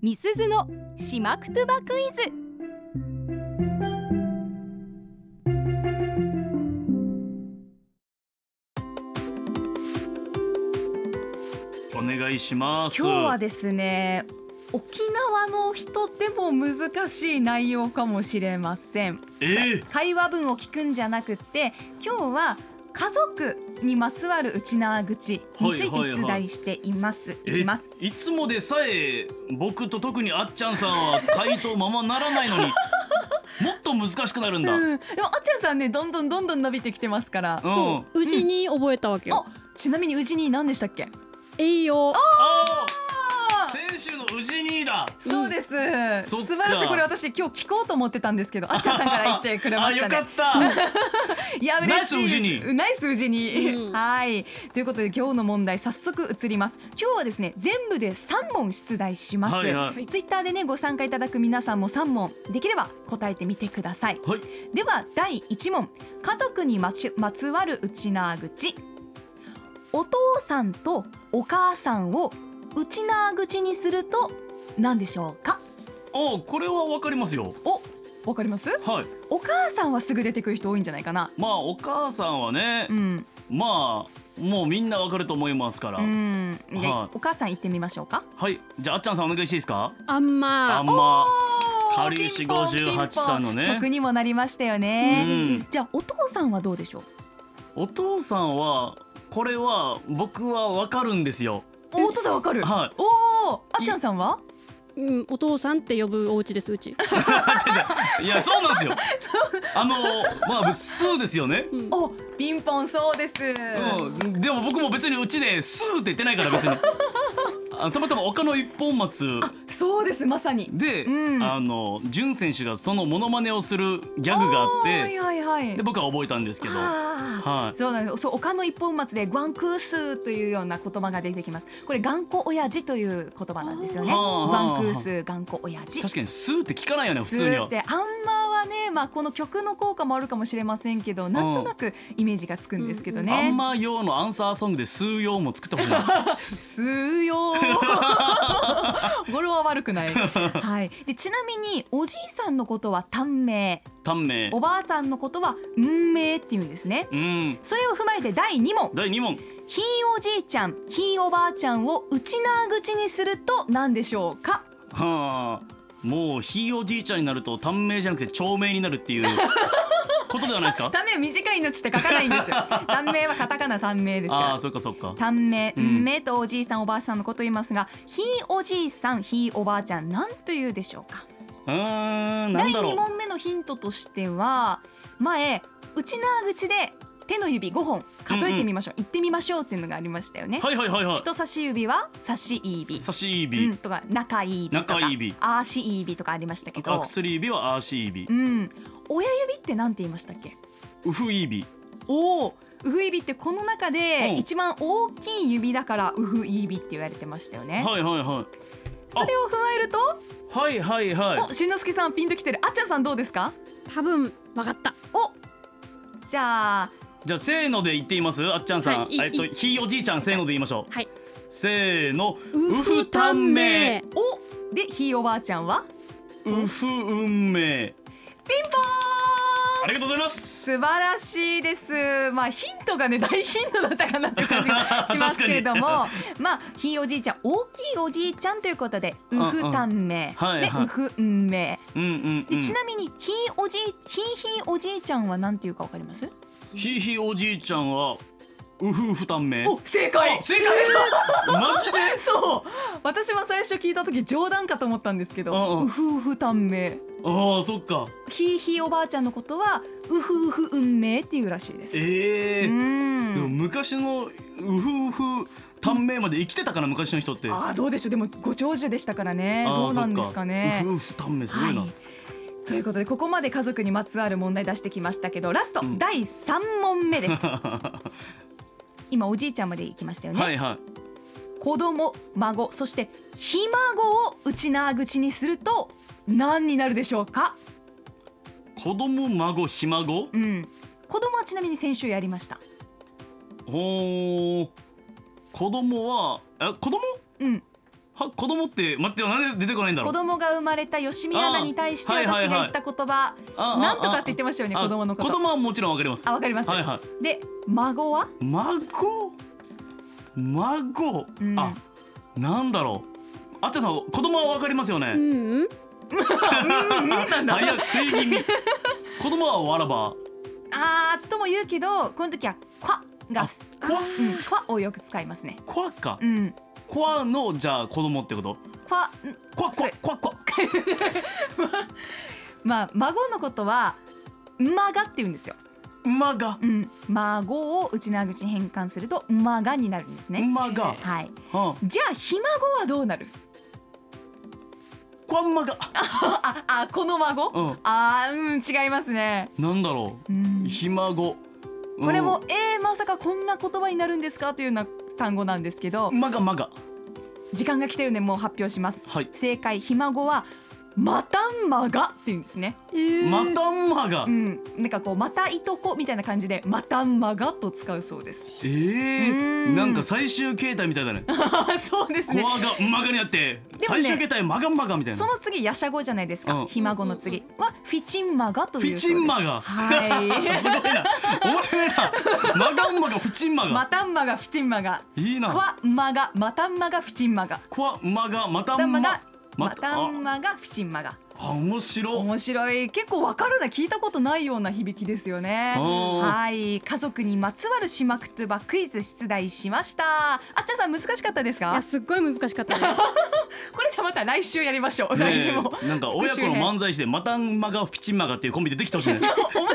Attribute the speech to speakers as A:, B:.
A: みすずのしまくとばクイズ
B: お願いします
C: 今日はですね沖縄の人でも難しい内容かもしれません
B: えー
C: 会話文を聞くんじゃなくって今日は家族にまつわるうちなー口について出題しています、い
B: え
C: きます
B: いつもでさえ僕と特にあっちゃんさんは回答ままならないの にもっと難しくなるんだ、うん
C: うん、でもあっちゃんさんねどんどんどんどん伸びてきてますから、あ
D: そううちに覚えたわけよ、
C: ちなみにうじに何でしたっけ
D: 栄養
B: ああ先週の宇治にだ
C: そうです、
B: そっ
C: 素
B: か
C: 晴らしいこれ私今日聞こうと思ってたんですけどあっちゃんさんから言ってくれました
B: あよ
C: ね
B: かった
C: いや嬉しいです
B: ナイ
C: ナイス
B: ス宇治
C: うじに、
D: うん
C: はいということで今日の問題早速移ります今日はですね全部で三問出題します、
B: はいはい
D: い
C: ツイッターでねご参加いただく皆さんも三問できれば答えてみてください
B: はい
C: では第一問家族にまちまつわるうちなー口お父さんとお母さんをうちなー口にすると何でしょうか
B: あこれはわかりますよ
C: おわかります
B: はい
C: お母さんはすぐ出てくる人多いんじゃないかな
B: まあお母さんはね、
C: うん
B: まあもうみんなわかると思いますから、
C: うんじゃあ
B: はい
C: お母さん行ってみましょうか
B: はいじゃああっちゃんさんお願いしていいですか
D: あんま
B: あんま
C: おー
B: かりゆし
C: ピンポンピンポン
B: 58さんのね
C: 曲にもなりましたよ
B: う
C: ね
B: ん
C: じゃあお父さんはどうでしょう
B: お父さんはこれは僕はわかるんで すよ
C: おお父さんわかる
B: はい
C: おおあっちゃんさんは
D: うん、お父さんって呼ぶお家ですうち、
B: 違う違ういやそうなんですよあのまあ数ですよね
D: うん、
C: おピンポンそうです、
B: うんでも僕も別にうちで数って言ってないから別 にあたまたま丘の一本松
C: そうですまさに
B: で、
C: うん
B: あの潤選手がそのモノマネをするギャグがあっ
C: は
B: て
C: いはいはい
B: で僕は覚えたんですけど
C: あー
B: はい
C: そうなんですそう丘の一本松でガンクースーというような言葉が出てきますこれ頑固親父という言葉なんですよね
B: あー
C: ガンクースー頑固親父
B: 確かに数って聞かないよね普通に
C: スー
B: は
C: ってあんまはねまあこの曲の効果もあるかもしれませんけどなんとなくイメージがつくんですけどね、
B: あんま用のアンサーソングで数用も作ってほしいな
C: すよー 語呂は悪く ない、はい、でちなみにおじいさんのことは短命
B: 短命
C: おばあさんのことは運命っていうんですね
B: うん
C: それを踏まえて第2問
B: 第二問
C: ひいおじいちゃんひいおばあちゃんをうちなー口にすると何でしょうか
B: はあもうひいおじいちゃんになると短命じゃなくて長命になるっていう ことではないですか
C: 短命短い命って書かないん ですよ短命はカタカナ短命ですか
B: ああ
C: ら
B: ーそっかそっか
C: 短命、
B: うん
C: めとおじいさんおばあさんのこと言いますがひいおじいさんひいおばあちゃんなんというでしょうか
B: うーんな
C: 第
B: んだろ
C: 2
B: う
C: 問目のヒントとしては前内縄口で手の指5本数えてみましょう、行ってみましょうっていうのがありましたよね、
B: はいはいはいはい
C: 人差し指は差し指
B: 差し指、
C: うん、とか中指とか
B: 中指
C: 足指とかありましたけ
B: あ
C: ど、
B: 薬指は足指
C: うん、親指ってなんて言いましたっけ
B: うふ指
C: おおウフ指ってこの中
B: う
C: で
B: ん
C: 一番大きい指だからウフ指って言われてましたよね、
B: はいはいはい
C: それを踏まえると
B: はいはいは
C: おしんのすけさんピンときてるあっちゃんさんどうですか
D: 多分わかった
C: おじゃあ
B: いじゃあせーので言っていますあっちゃんさん、
D: はいい
B: えっと
D: い
B: ひいおじいちゃんせーので言いましょう
D: はい
B: せーの
D: ウフタン
B: 短
D: メ
B: 命
C: おでひいおばあちゃんは
B: うふ運命
C: ピンポーン
B: ありがとうございます
C: 素晴らしいです。まあヒントがね大ヒントだったかなって感じ がしますけれども、まあひいおじいちゃん大きいおじいちゃんということでウ
B: うん
C: フ短命
B: はい
C: で
B: はい
C: ウフ運命
B: うんうん、う
C: で
B: ん、
C: ちなみにひいおじいひいひいおじいちゃんはなんていうかわかります？
B: ひいひいおじいちゃんはうふうふ短命
C: お正解
B: あ。正解マジで
C: そう私は最初聞いた時冗談かと思ったんですけ
B: うん
C: ど
B: うん
C: ウフウフ短命
B: ああそっか
C: ひいひいおばあちゃんのことはウフウフ運命っていうらしいです。
B: ええ
C: う
B: ーでも
C: ん。
B: 昔のうふうふ短命まで生きてたかな昔の人って
C: ああどうでしょうでもご長寿でしたからね
B: あー
C: どうなんですかね。
B: そっうふうふ短命すごいな、
C: はい、ということでここまで家族にまつわる問題出してきましたけどラスト、
B: うん
C: 第3問目です 今おじいちゃんまで行きましたよね、
B: はいはい
C: 子供孫そしてひ孫をうちなー口にすると何になるでしょうか、
B: 子供孫ひ孫
C: うん、子供はちなみに先週やりました
B: ほー子供はえ子供
C: うん、
B: は子供って待ってよなんで出てこないんだろ
C: 子
B: う
C: 供が生まれた吉見アナに対して
B: あーはいはいは
C: 私
B: い
C: が言った言葉、
B: ああ
C: なんとかって言ってましたよね
B: あ
C: 子供のこと
B: 子供はもちろんわかります
C: あ
B: は
C: わかります、
B: いは
C: で孫はい
B: 孫孫、
C: うん
B: あなんだろうあっちゃんさん子供はわかりますよね、
D: うんうん
B: 早く食い気味子供はわらば
C: あーっとも言うけどこの時は「か」が「
B: あこわ
C: うん、か」をよく使いますね
B: こわか
C: うん
B: こわのじゃあ子供ってこと
C: 「か」ん
B: こわこわこわこわ
C: まあ孫のことは「まが」って言うんですよ、
B: 馬が
C: うん、孫を内縄口に変換すると「まが」になるんですね
B: 馬が
C: はい
B: うん
C: じゃあひ孫はどうなる
B: こわんまが
C: ああこの孫、
B: うん
C: あーうん違いますね
B: なんだろ
C: う
B: うんひ孫
C: これも、えー、まさかこんな言葉になるんですかというような単語なんですけど
B: まがまが
C: 時間が来てるんでもう発表します
B: はい
C: 正解ひ孫はまたんまがって言うんですね
D: えー
B: またんまが
C: うんなんかこうまたいとこみたいな感じでまたんまがと使うそうです
B: え
C: うー
B: ー
C: ん
B: なんか最終形態みたいだね
C: あそうです
B: こ
C: ね
B: わがまがにあって
C: でもね
B: 最終形態まがまがみたい
C: そ
B: な
C: の次やしゃごじゃないです
B: う
C: か
B: ん
C: ひ孫の次はフィチンマガというそうです
B: フィチンマガ
C: は
B: すごいな面白いなまがんまがふちんま
C: いま
B: が
C: たんまがフィチンマガ
B: いい
C: ク
B: な
C: ワマガまたんまがフィチンマガ
B: こわまがまた
C: またん
B: ん
C: ま
B: ま
C: がま
B: また
C: たんまがフィチンマガ
B: あ面白
C: 面白い結構わかるな聞いたことないような響きですよね
B: おー
C: はい家族にまつわるしまくとばクイズ出題しましたあっちゃんさん難しかったです
D: い
C: か
D: やすっごい難しかったです
C: これじゃまた来週やりましょう、来
B: ね
C: 週も
B: えなんか親子の漫才してまたんまがふちんまがっていうコンビ出てきてほしいね
C: お面